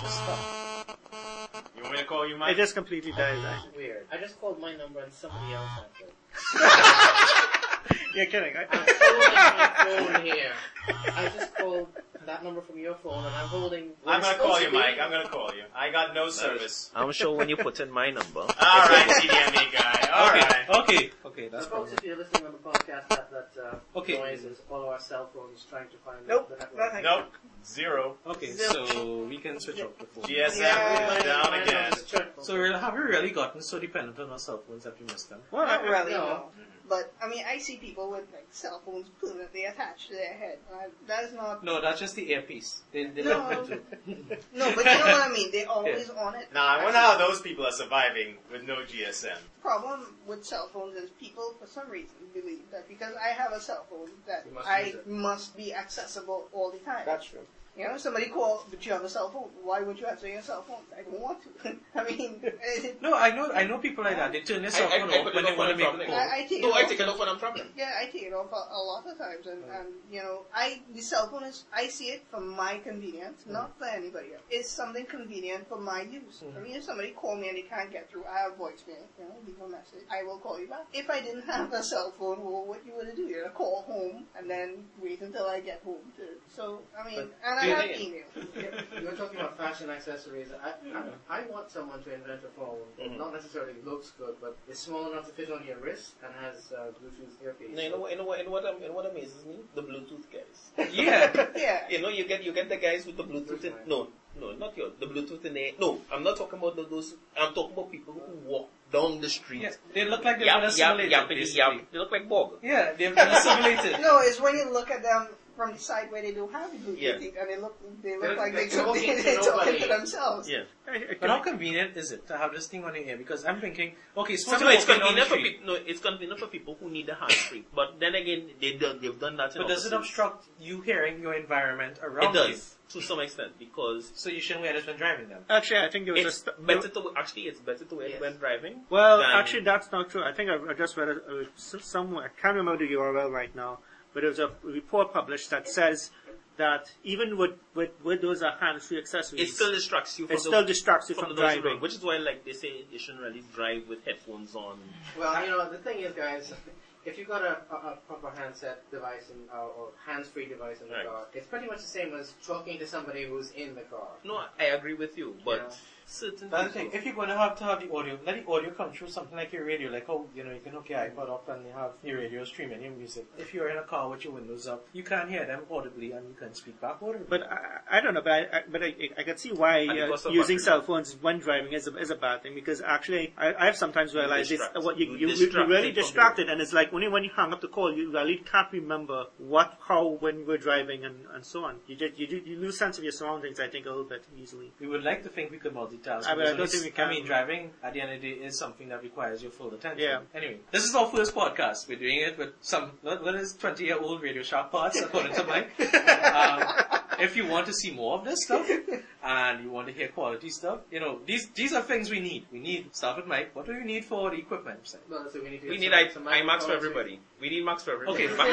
Just stop.
You want me to call you,
It
Mike?
just completely died. Right?
Weird. I just called my number and somebody else answered.
You're kidding. Right?
I'm holding my phone here. I just called that number from your phone and I'm holding.
I'm gonna call you,
supposed to
Mike.
be-
I'm gonna call you. I got no service.
I'm sure when you put in my number.
All right, CDMA guy. All
okay,
right.
okay, okay, that's
So folks,
fine.
if you're listening on the podcast, that, that uh,
Okay.
noise is all our cell phones trying to find
Nope,
the network.
nothing.
Nope. Zero.
Okay, so we can switch off the phone.
GSM
Yeah.
is down again.
So we have we really gotten so dependent on our cell phones that we miss them?
Well,
Not
I,
really,
no.
no. But, I mean, I see people with, like, cell phones permanently attached to their head. I, that's not,
No, that's just the earpiece. They, they
No.
don't want to.
no, but you know what I mean. They're always on it.
Now I wonder how those people are surviving with no GSM.
problem with cell phones is people, for some reason, believe that because I have a cell phone that
You must use
I
it.
must be accessible all the time.
true.
You know, somebody called, but you have a cell phone. Why would you answer your cell phone? I don't want to. I mean, it,
No, I know I know people like that. They turn their
I-
cell
I-
phone
I
off
put
when
it
they
up
want to
on
make
the
a
top.
call.
I, I take
No,
it
I
off.
take it off when I'm traveling.
Yeah, I take it off a, a lot of times, and, and you know, I the cell phone is I see it for my convenience,
Mm.
not for anybody else. It's something convenient for my use. I mean, if somebody call me and they can't get through, I have voicemail, you know, leave a message. I will call you back. If I didn't have a cell phone, well, what you would do? You're gonna call home and then wait until I get home. To, so I mean, and I
you're
have
there.
email.
You're talking about fashion accessories. I, I, I want someone to invent a phone that
Mm-hmm.
not necessarily looks good, but is small enough to fit on your wrist and has uh, Bluetooth earpiece.
No, you know what? You know what? You know what, am- you know what amazes me? The Bluetooth guys.
Yeah.
Yeah.
You know, you get you get the guys with the Bluetooth. In, no, no, not your the Bluetooth in there. No, I'm not talking about those. I'm talking about people who walk down the street.
yeah. They look like they've
Yap,
been
yap,
assimilated.
yap,
basically.
yap. They look like bog.
Yeah, they've been assimilated.
No, it's when you look at them from the side where they don't have the Bluetooth,
Yeah.
and they look they look
They're-
like they
they're
could
talking
be
to
they're talking
nobody.
to themselves.
Yeah.
But how convenient is it to have this thing on your ear? Because I'm thinking, okay,
So
suppose
no,
you're
it's
walking down the
convenient for
street,
people. No, it's convenient for people who need the hands free. But then again, they do, they've done that. in
but does
offices.
it obstruct you hearing your environment
It
around you?
does to some extent because
So you shouldn't wear this when driving them.
Actually, I think there was a
it's
st-
better to actually it's better to wear it
Yes.
when driving.
Well,
than-
actually, that's not true. I think I, I just read it uh, s- somewhere. I can't remember the URL right now, but it was a report published that says that even with with, with those are hands-free accessories,
it still distracts you. From
it still distracts you
from,
from,
the noise
driving.
of driving, which is why like they say you shouldn't really drive with headphones on.
Well, you know, the thing is, guys, if you've got a, a, a proper handset device in, uh, or hands-free device in the
Right.
car, it's pretty much the same as talking to somebody who's in the car.
No, I agree with you, but
Yeah.
certain
That's the
people.
thing. If you're going to have to have the audio, let the audio come through something like your radio. Like, oh, you know, you can hook your iPod up and you have your radio streaming your music. If you're in a car with your windows up, you can't hear them audibly and you can speak back audibly.
But I, I don't know, but I, I, but I, I can see why
And it
uh,
costs a
using
battery.
cell phones when driving is a, is a bad thing because actually I, I have sometimes realized it's,
distract.
what you,
You
you, you,
distract
are really
it from
distracted and it's like only when you hang up the call you really can't remember what, how, when we're driving and, and so on. You just, you, do- you lose sense of your surroundings I think a little bit easily.
we would like to think we could multitask.
I mean, I
because
don't think we
I
can.
mean, driving at the end of the day is something that requires your full attention.
Yeah.
Anyway, this is our first podcast. We're doing it with some what what is twenty year old Radio Sharp parts according to Mike. um, if you want to see more of this stuff and you want to hear quality stuff, you know these these are things we need. We need stuff with Mike. What do we need for the equipment? side?
Well, so we need to
we
get
need
some-
I,
some
IMAX for
microphones.
everybody. We need Max for everybody.
Okay,
Max,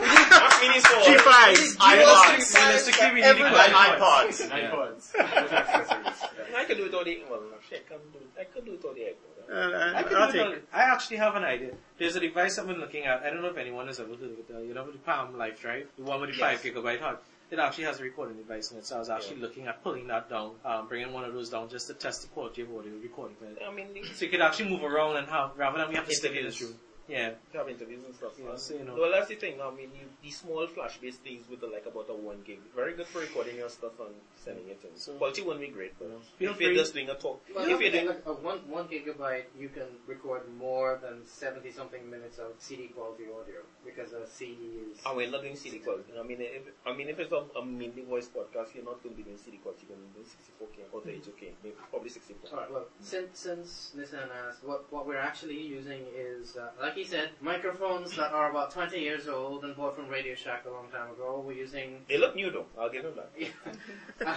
we need for
G5!
IMAX.
realistically, we need
Like
equipment.
iPods.
And iPods.
I can do it all the well, no, shit, I can do it. I can do it all the airport.
Uh, uh,
I,
I'll
can do it
take-
on- I actually have an idea. There's a device I've been looking at. I don't know if anyone has ever heard of it. Uh, you know, the Palm Life Drive, the one with the
Yes.
five gigabyte hard. It actually has a recording device in it, so I was actually looking at pulling that down, um, bringing one of those down just to test the quality of audio recording. with it.
I mean,
So you could actually move around and have, rather than we have to stick in this
Interviews.
room. Yeah.
you have interviews and stuff.
Yeah,
man.
so, you know.
Well, that's the thing. I mean, you, the small flash-based things with uh, like about a one gig, very good for recording your stuff and sending it. in.
So-
Quality won't be great, but
Feel
if you're
free.
just doing a talk,
Well,
if you're doing
a, a one, one gigabyte, you can record more than 70 something minutes of CD quality audio because a CD is.
Oh, we're not doing CD quality. I mean, if, I mean, if it's a, a mainly voice podcast, you're not going to be doing CD quality. You're going to be doing 64K or 32K, maybe probably 64.
Alright, well, since, since Nissan asked, what, what we're actually using is, uh, like he said, microphones that are about 20 years old and bought from Radio Shack a long time ago. We're using
They look new though. I'll give them that.
Uh,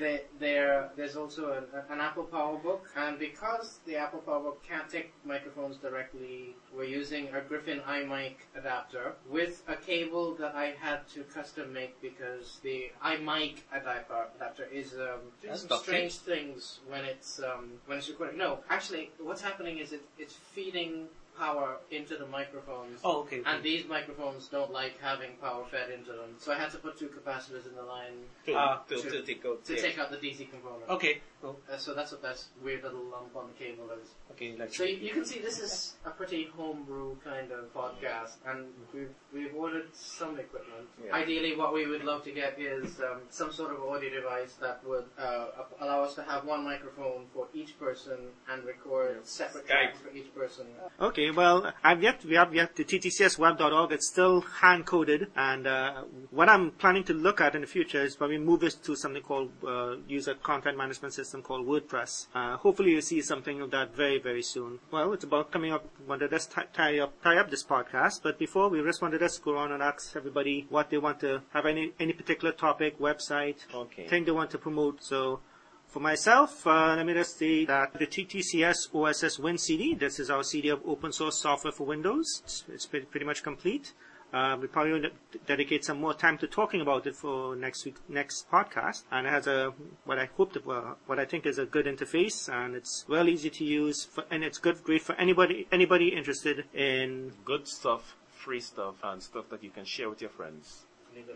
there, there, there's also an, an Apple PowerBook, and because the Apple PowerBook can't take microphones directly, we're using a Griffin iMic adapter with a cable that I had to custom make because the iMic adapter adapter is um, doing
That's
some
tough,
strange things when it's um, when it's recording. No, actually, what's happening is it, it's feeding power into the microphones.
Oh, okay.
And these microphones don't like having power fed into them, so I had to put two capacitors in the line
To,
Ah.
to,
To-
to take out.
to
yeah.
take out the DC component.
Okay. Cool.
Uh, so that's what that weird little lump on the cable is.
Okay.
So
Like,
you, you can see this is a pretty homebrew kind of podcast, and we've, we've ordered some equipment.
Yeah.
Ideally, what we would love to get is um, some sort of audio device that would uh, a- allow us to have one microphone for each person and record separate
Skype.
tracks for each person.
Okay, Okay, well, I've yet, we have yet to ttcsweb.org. It's still hand coded, and uh, what I'm planning to look at in the future is probably move it to something called uh, user content management system called WordPress. Uh, hopefully, you'll see something of that very, very soon. Well, it's about coming up. Wanted us t- tie up tie up this podcast, but before we just wanted us to go on and ask everybody what they want to have any any particular topic, website,
Okay.
thing they want to promote. So for myself, uh, let me just say that the TTCS OSS Win CD, this is our CD of open source software for Windows. It's, it's pretty, pretty much complete. Uh, we probably will dedicate some more time to talking about it for next week, next podcast. And it has a what I hope, to, well, what I think is a good interface, and it's well easy to use, for, and it's good, great for anybody anybody interested in.
Good stuff, free stuff, and stuff that you can share with your friends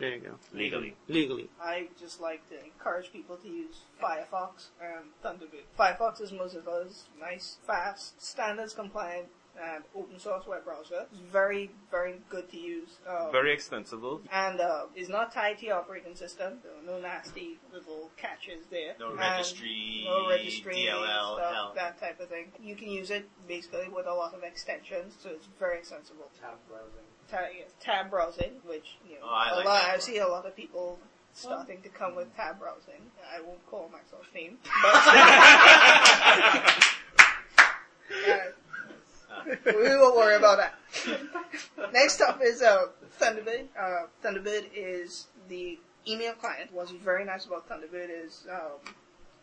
There you go,
legally.
legally.
I just like to encourage people to use Firefox and Thunderbird. Firefox is Mozilla's nice, fast, standards compliant, and open source web browser. It's very, very good to use. Um,
Very extensible.
and uh, is not tied to your operating system. There are no nasty little catches there.
No
And
registry,
No registry,
DLL,
stuff,
hell.
that type of thing. You can use it basically with a lot of extensions, so it's very sensible.
tab browsing.
Tab, yes, tab browsing, which you know,
Oh, I
a
like
lot.
that
I
one.
see a lot of people starting to come with tab browsing. I won't call myself names, but we will worry about that. Next up is uh, Thunderbird. Uh, Thunderbird is the email client. What's very nice about Thunderbird is um,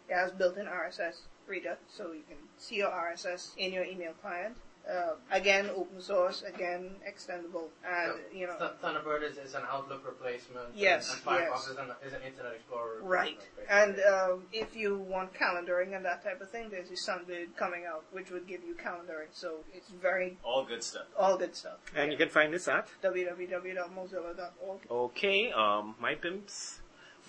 it has built-in RSS reader, so you can see your RSS in your email client. Uh, again, open source. Again, extendable, and you know,
Th- Thunderbird is, is an Outlook replacement. and-
Yes,
And Firefox
yes.
is, an, is an Internet Explorer.
Right.
replacement, basically.
And um, if you want calendaring and that type of thing, there's the Sunbird coming out, which would give you calendaring. So it's very,
All good stuff.
all good stuff.
And you can find this at
www.mozilla.org.
Okay, um, my pimps,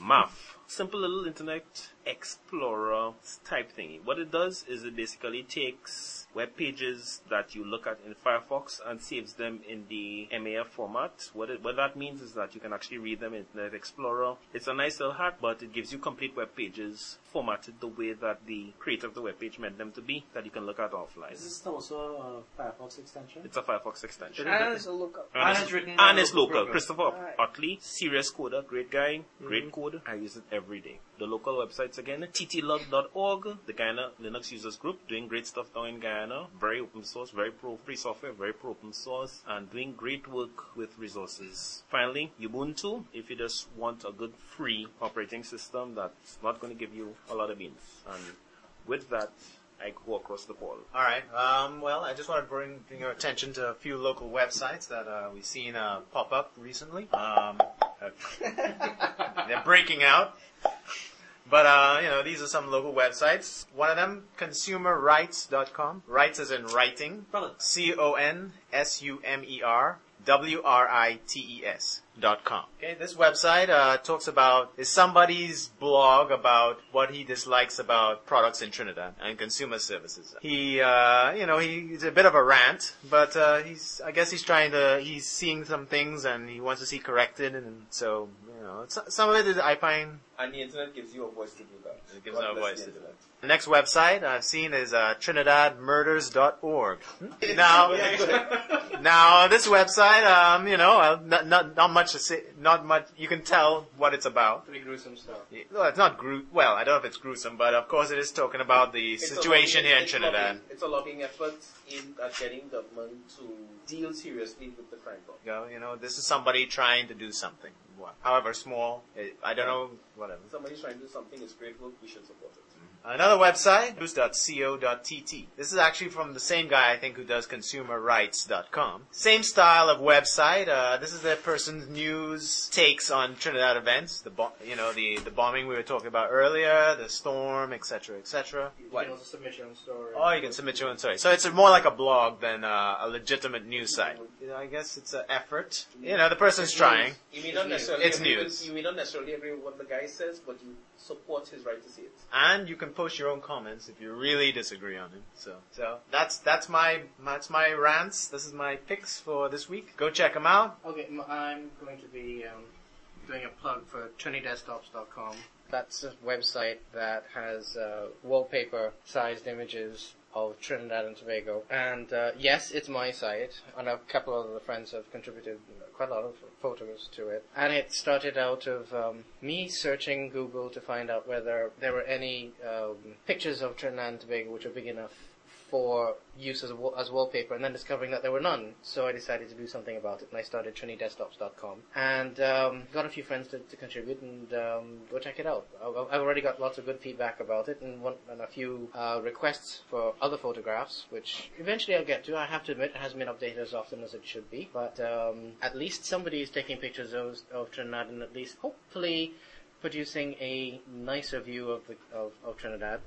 MAF. Simple little internet explorer type thingy. What it does is it basically takes web pages that you look at in Firefox and saves them in the MAF format. What, it, what that means is that you can actually read them in Internet Explorer. It's a nice little hack, but it gives you complete web pages formatted the way that the creator of the web page meant them to be, that you can look at offline.
Is this also a Firefox extension?
It's a Firefox extension.
And it's a lookup.
And it's written in
And
a
it's
local
local.
program.
Christopher
Right.
Utley, serious coder, great guy, great code. I use it every day. The local websites again, ttlog.org, the Guyana Linux Users Group, doing great stuff down in Guyana. Very open source, very pro free software, very pro open source, and doing great work with resources. Finally, Ubuntu, if you just want a good free operating system that's not going to give you a lot of beans. And with that, I go across the ball.
All right. Um, well, I just want to bring, bring your attention to a few local websites that uh, we've seen uh, pop up recently. Um, uh, they're breaking out. But, uh, you know, these are some local websites. One of them, consumerrights.com. Rights as in writing.
Brother.
C-O-N-S-U-M-E-R W-R-I-T-E-S E dot com. Okay, this website uh, talks about is somebody's blog about what he dislikes about products in Trinidad and consumer services. He, uh, you know, he, he's a bit of a rant, but uh, he's, I guess he's trying to, he's seeing some things and he wants to see corrected, and so, you know, it's, some of it is, I find
And the internet gives you a voice to do that.
It gives God you a bless voice the to do internet. the next website I've seen is uh, TrinidadMurders.org. Now, now this website, um, you know, uh, not, not not much to say, not much. You can tell what it's about.
Pretty gruesome stuff.
Well, it's not gru- Well, I don't know if it's gruesome, but of course it is talking about the situation here in Trinidad.
It's a lobbying effort in at getting government to deal seriously with the crime problem.
You know, you know, this is somebody trying to do something, wha- however small. It, I don't know, whatever.
Somebody's trying to do something, it's great work, we should support
Mm-hmm.
it.
Another website, news.co.tt. This is actually from the same guy, I think, who does consumerrights.com. Same style of website. Uh, this is the person's news takes on Trinidad events. The bo- you know the the bombing we were talking about earlier, the storm, etc., etc.
You can also submit your own story.
Oh, you can submit your own story. So it's more like a blog than uh, a legitimate news site. You know, I guess it's an effort. You know, the person's trying.
You may not necessarily
It's
agree
news.
With, you may not necessarily agree with what the guy says, but you support his right to see it.
and you can post your own comments if you really disagree on it. So, so that's that's my that's my rants. This is my picks for this week. Go check them out.
Okay, m- I'm going to be um, doing a plug for TriniDesktops.com. That's a website that has uh, wallpaper-sized images of Trinidad and Tobago. And uh, yes, it's my site, and a couple of other friends have contributed quite a lot of photos to it. And it started out of um, me searching Google to find out whether there were any um, pictures of Trinidad and Tobago which were big enough for use as, wa- as wallpaper, and then discovering that there were none. So I decided to do something about it, and I started trinidesktops.com, and um, got a few friends to, to contribute, and um, go check it out. I- I've already got lots of good feedback about it, and, one, and a few uh, requests for other photographs, which eventually I'll get to. I have to admit, it hasn't been updated as often as it should be, but um, at least somebody is taking pictures of, of Trinidad, and at least hopefully producing a nicer view of, the, of, of Trinidad.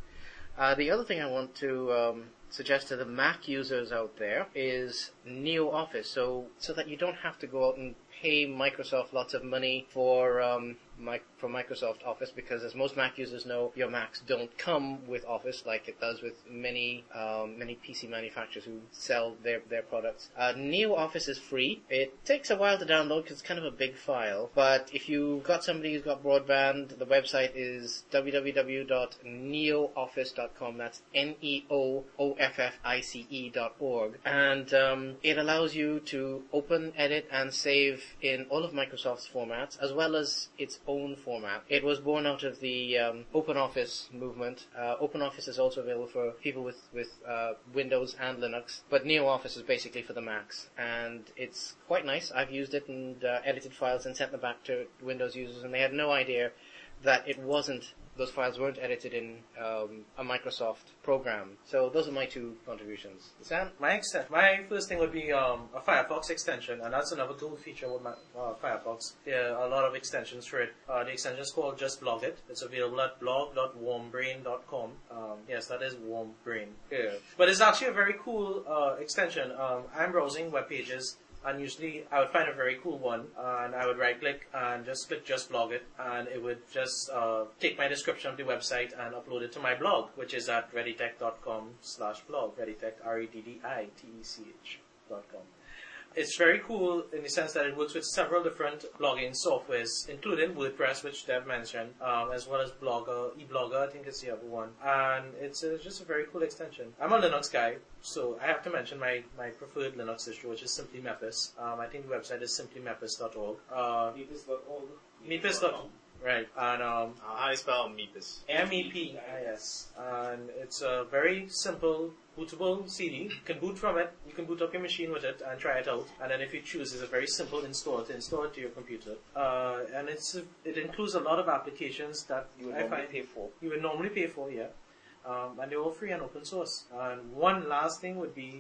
Uh, the other thing I want to um, suggest to the Mac users out there is NeoOffice, so so that you don't have to go out and pay Microsoft lots of money for um, mic- for Microsoft Office because, as most Mac users know, your Macs don't come with Office like it does with many um, many PC manufacturers who sell their their products. Uh, NeoOffice is free. It takes a while to download because it's kind of a big file, but if you've got somebody who's got broadband, the website is www.neooffice.com. That's E N-E-O-O-F-F-I-C-E E dot org. And um, it allows you to open, edit, and save in all of Microsoft's formats, as well as its own format. It was born out of the um, Open Office movement. Uh, Open Office is also available for people with, with uh, Windows and Linux, but NeoOffice is basically for the Macs. And it's quite nice. I've used it and uh, edited files and sent them back to Windows users, and they had no idea that it wasn't those files weren't edited in um, a Microsoft program. So those are my two contributions. Sam,
My extent, my first thing would be um, a Firefox extension, and that's another cool feature with my, uh, Firefox. There are a lot of extensions for it. Uh, the extension is called Just Blog It. It's available at blog.warmbrain.com. Um, yes, that is warmbrain. Yeah. But it's actually a very cool uh, extension. Um, I'm browsing web pages. And usually I would find a very cool one and I would right click and just click just blog it and it would just uh, take my description of the website and upload it to my blog, which is at readytech.com slash blog, E readytech, R-E-D-D-I-T-E-C-H dot com. It's very cool in the sense that it works with several different blogging softwares, including WordPress, which Dev mentioned, um, as well as Blogger, eBlogger, I think is the other one. And it's uh just a very cool extension. I'm a Linux guy, so I have to mention my, my preferred Linux distro, which is Simply Mephis. Um, I think the website is simplymepis.org. Uh, Mephis.org, right. And um,
Uh, how do you spell Meepus?
E M-E-P-I-S. And it's a very simple bootable CD. You can boot from it. You can boot up your machine with it and try it out. And then if you choose, it's a very simple install to install it to your computer. Uh, and it's it includes a lot of applications that
You would
I
normally
find
pay for.
you would normally pay for, yeah. Um, and they're all free and open source. And one last thing would be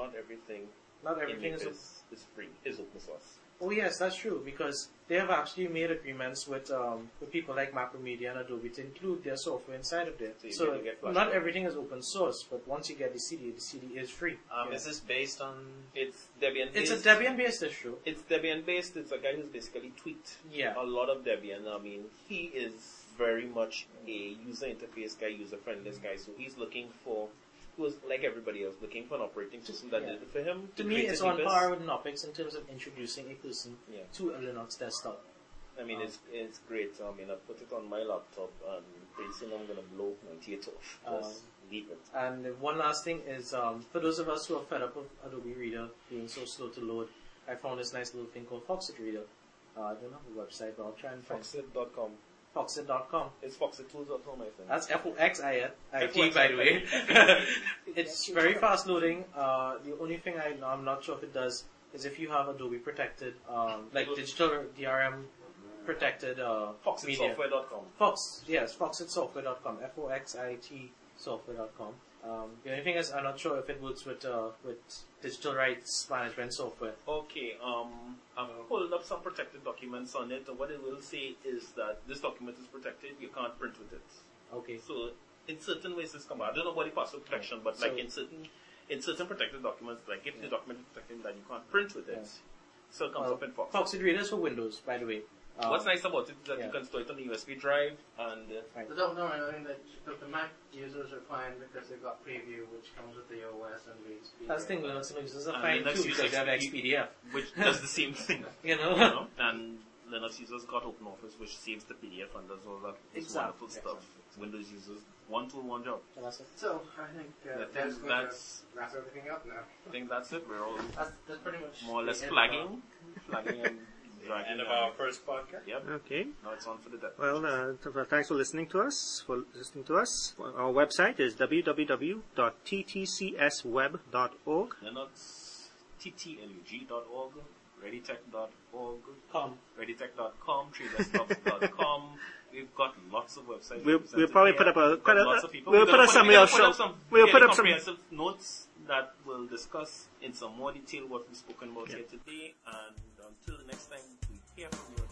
Not everything.
not
in
everything is
Meepus is free. Is open source.
Oh yes, that's true because they have actually made agreements with um, with people like Macromedia and Adobe to include their software inside of there.
So you
So,
can get Flash
not
Player.
everything is open source, but once you get the CD, the CD is free.
Um,
Yeah.
Is this based on?
It's Debian.
It's a
based.
Debian-based issue.
It's Debian based. It's a guy who's basically tweaked
Yeah.
a lot of Debian. I mean, he is very much a user interface guy, user friendliest guy. So he's looking for, he was like everybody else, looking for an operating system that
Yeah.
did it for him.
To me,
created
it's on
Libis.
par with Nopix in terms of introducing a person
Yeah.
to a Linux desktop.
I
Oh.
mean, it's it's great. I mean, I put it on my laptop, and pretty soon I'm gonna blow my teeth off.
Uh,
Just leave it.
And the one last thing is, um, for those of us who are fed up with Adobe Reader being so slow to load, I found this nice little thing called Foxit Reader. Uh, I don't have a website, but I'll try and find
Foxit.com.
Foxit.com.
It's foxit.tools.com, I think.
That's F O X I N I T
FOXIT.
by the way. it's very fast loading. Uh, the only thing I know, I'm not sure if it does is if you have Adobe protected, um, like digital DRM protected uh, media.
Foxitsoftware.com.
Fox, yes, foxitsoftware.com, F O X I T software.com. Um, the only thing is, I'm not sure if it works with uh, with digital rights management software.
Okay, um, I'm holding up some protected documents on it, and what it will say is that this document is protected, you can't print with it.
Okay,
So, in certain ways, it's come out. I don't know about the password protection, but like in certain in certain protected documents, like if the document is protected, then you can't print with it. So it comes
Uh,
up in Fox.
Foxit Reader is for Windows, by the way. Um,
What's nice about it is that
yeah.
you can store it on the USB drive, and uh,
But don't worry, I mean, the, the, the Mac users are fine because they've got preview, which comes with the OS and the XP.
That's the thing, Uh, Linux and Linux is a
And
fine
Linux
too because
uses
they have
XP.
XPDF.
which does the same thing,
You know?
you know, and Linux users got open office, which saves the PDF and does all that this
Exactly.
wonderful stuff. Windows users, one tool, one job.
That's it.
So I think uh,
I
that's
think
going to
that's,
wrap everything up now.
I think that's it. We're all
That's, that's pretty much
more or
the
less
end of
flagging, flagging and dragging.
End of
and-
our first podcast.
Yep.
Okay.
Now it's on for the day.
Well, uh, th- well, thanks for listening to us. For listening to us, our website is www.ttcsweb.org.
Linux, ttlug.org, readytech.org,
Come.
readytech.com, treelessblocks.com. We've got lots of websites.
We'll,
represented
we'll probably
here.
put up a
We've
quite
got
a,
lots of people.
we'll
We're
put
gonna
up some
we're
real
gonna
show.
put up some
We'll put
fairly
up some.
comprehensive notes that will discuss in some more detail what we've spoken about
Yeah.
here today. And until the next time we hear from you